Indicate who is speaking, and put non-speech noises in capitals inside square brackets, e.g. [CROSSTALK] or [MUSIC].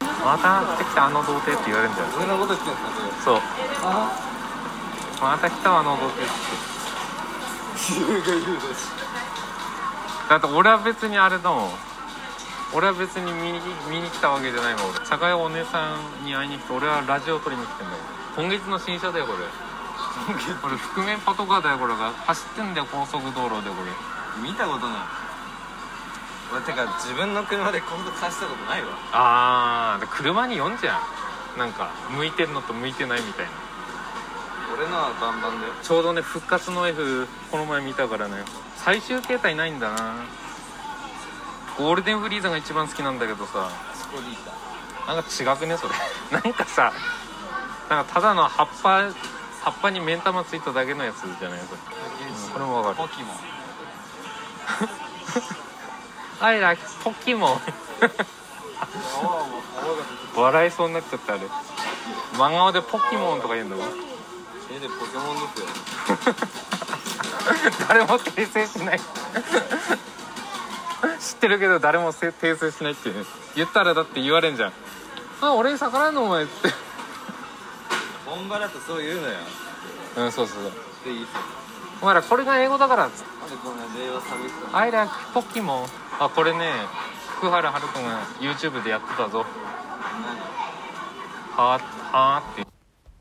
Speaker 1: また来たあの童貞って言われるんだよ
Speaker 2: 俺のこと言ってんすか
Speaker 1: そう
Speaker 2: それあ
Speaker 1: また来たあの童貞って
Speaker 2: 言うが言うです
Speaker 1: だって俺は別にあれだもん俺は別に見に見に来たわけじゃないもん俺酒井お姉さんに会いに来て俺はラジオ撮りに来てんだよ今月の新車だよこれこれ覆面パトカーだよこれが走ってんだよ高速道路でこれ
Speaker 2: 見たことない俺てか自分の車で高速走ったことないわ
Speaker 1: ああ車に読んじゃんなんか向いてるのと向いてないみたいな
Speaker 2: 俺のはバンバンだよ
Speaker 1: ちょうどね復活の F この前見たからね最終形態ないんだなゴールデンフリーザが一番好きなんだけどさ
Speaker 2: そこにいた
Speaker 1: なんか違くねそれ [LAUGHS] なんかさなんかただの葉っぱ葉っぱに目ん玉ついただけのやつじゃないそれこれもわかる
Speaker 2: ポキモン
Speaker 1: あれだポキモン
Speaker 2: 泡も泡が
Speaker 1: 笑いそうになっちゃったあれ真顔でポキモンとか言うんだもん [LAUGHS]
Speaker 2: 出てでポケモンですよ
Speaker 1: 誰も訂正しない [LAUGHS] 知ってるけど誰もせ訂正しないっていうね言ったらだって言われんじゃんあ俺に逆らうのお前って
Speaker 2: 本場だとそう言うのよ
Speaker 1: うんそうそうそう
Speaker 2: でいいっすよ
Speaker 1: お前らこれが英語だからっつって
Speaker 2: なんでこんな令和寂しさ
Speaker 1: 「I like ポキモン」あこれね福原遥君が YouTube でやってたぞ
Speaker 2: 何
Speaker 1: はーはーって